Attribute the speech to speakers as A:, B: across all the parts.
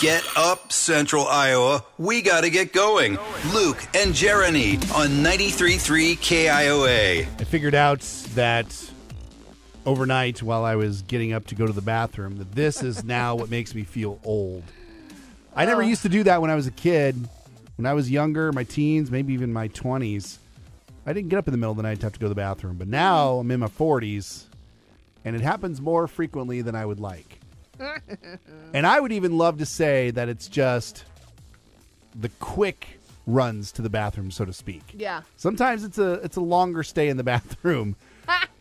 A: Get up, Central Iowa. We got to get going. Luke and Jeremy on 93.3 KIOA.
B: I figured out that overnight while I was getting up to go to the bathroom that this is now what makes me feel old. I never used to do that when I was a kid. When I was younger, my teens, maybe even my 20s, I didn't get up in the middle of the night to have to go to the bathroom. But now I'm in my 40s and it happens more frequently than I would like. and I would even love to say that it's just the quick runs to the bathroom, so to speak.
C: Yeah.
B: Sometimes it's a it's a longer stay in the bathroom.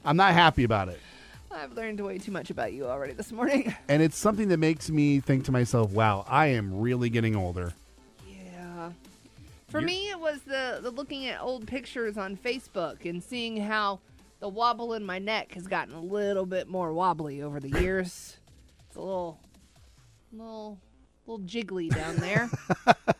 B: I'm not happy about it.
C: I've learned way too much about you already this morning.
B: And it's something that makes me think to myself, wow, I am really getting older.
C: Yeah. For me, it was the, the looking at old pictures on Facebook and seeing how the wobble in my neck has gotten a little bit more wobbly over the years. it's a little, little, little jiggly down there,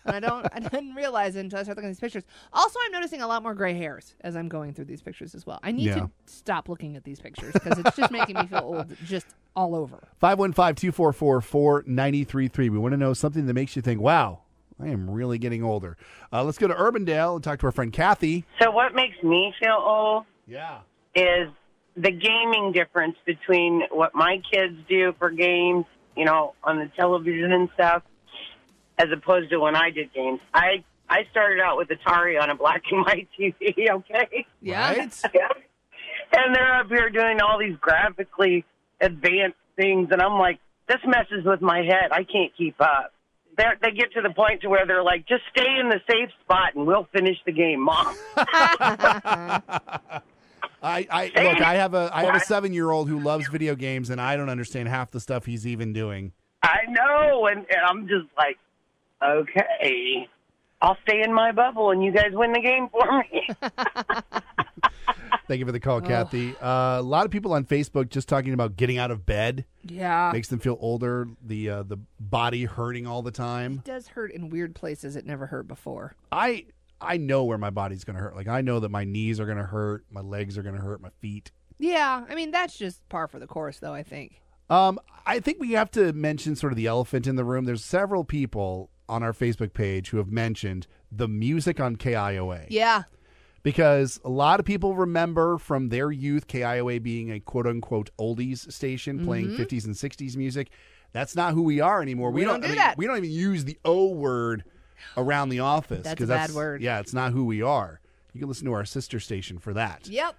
C: and I don't, I didn't realize it until I started looking at these pictures. Also, I'm noticing a lot more gray hairs as I'm going through these pictures as well. I need
B: Yeah.
C: to stop looking at these pictures because it's just making me feel old, just all over.
B: 515 244 4933. We want to know something that makes you think, wow, I am really getting older. Uh, let's go to Urbandale and talk to our friend Kathy.
D: So what makes me feel old
B: Yeah.
D: is the gaming difference between what my kids do for games, you know, on the television and stuff, as opposed to when I did games. I I started out with Atari on a black and white TV, okay,
C: Yeah.
B: Right?
D: and they're up here doing all these graphically advanced things, and I'm like, this messes with my head. I can't keep up. They're, they get to the point to where they're like, just stay in the safe spot and we'll finish the game, mom.
B: I, I look. I have a I have a seven year old who loves video games, and I don't understand half the stuff he's even doing.
D: I know, and, and I'm just like, okay, I'll stay in my bubble, and you guys win the game for me.
B: Thank you for the call, Kathy. Uh, a lot of people on Facebook just talking about getting out of bed
C: Yeah.
B: makes them feel older. The uh, the body hurting all the time.
C: does hurt in weird places it never hurt before.
B: I I know where my body's gonna hurt. Like I know that my knees are gonna hurt, my legs are gonna hurt, my feet.
C: Yeah, I mean that's just par for the course, though. I think.
B: Um, I think we have to mention sort of the elephant in the room. There's several people on our Facebook page who have mentioned the music on KIOA
C: Yeah,
B: because a lot of people remember from their youth KIOA being a quote unquote oldies station playing 50s and 60s music. That's not who we are anymore. We,
C: Mm-hmm. We don't
B: I
C: do
B: mean,
C: that.
B: We don't even use the O word around the office.
C: That's
B: 'cause
C: a bad word.
B: Yeah, it's not who we are. You can listen to our sister station for that.
C: yep.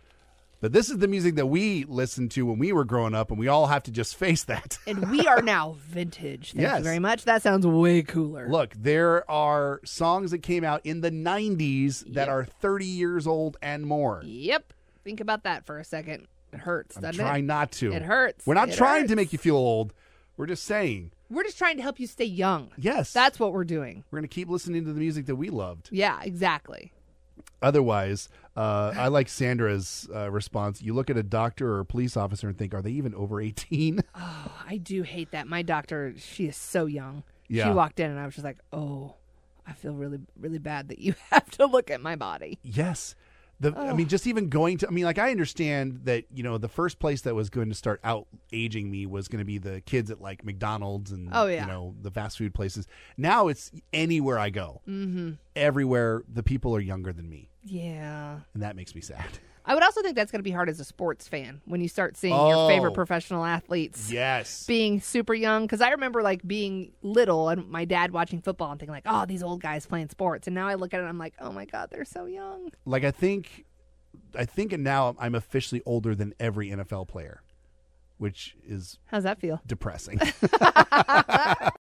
B: But this is the music that we listened to when we were growing up, and we all have to just face that.
C: And we are now vintage. Thank
B: Yes.
C: you very much. That sounds way cooler.
B: Look, there are songs that came out in the 90s that are 30 years old and more.
C: Yep. Think about that for a second. It hurts,
B: I'm
C: doesn't
B: trying
C: it?
B: not to.
C: It hurts.
B: We're not
C: It
B: trying to
C: hurts.
B: make you feel old. We're just saying,
C: We're just trying to help you stay young.
B: yes,
C: That's what we're doing.
B: we're going to keep listening to the music that we loved.
C: Yeah, exactly.
B: Otherwise, uh, I like Sandra's uh, response. You look at a doctor or a police officer and think, are they even over 18?
C: Oh, I do hate that. My doctor, she is so young.
B: Yeah.
C: She walked in and I was just like, oh, I feel really, really bad that you have to look at my body.
B: Yes. The, I mean, just even going to, I mean, like, I understand that, you know, the first place that was going to start out aging me was going to be the kids at like McDonald's and,
C: Oh,
B: you
C: yeah.
B: know, the fast food places. Now it's anywhere I go,
C: Mm.
B: mm-hmm. everywhere, the people are younger than me.
C: Yeah.
B: And that makes me sad.
C: I would also think that's going to be hard as a sports fan when you start seeing
B: Oh.
C: your favorite professional athletes
B: Yes.
C: being super young. Because I remember like being little and my dad watching football and thinking like, "Oh, these old guys playing sports." And now I look at it, and I'm like, "Oh my god, they're so young."
B: Like, I think, I think now I'm officially older than every NFL player, which is
C: How's that feel?
B: depressing.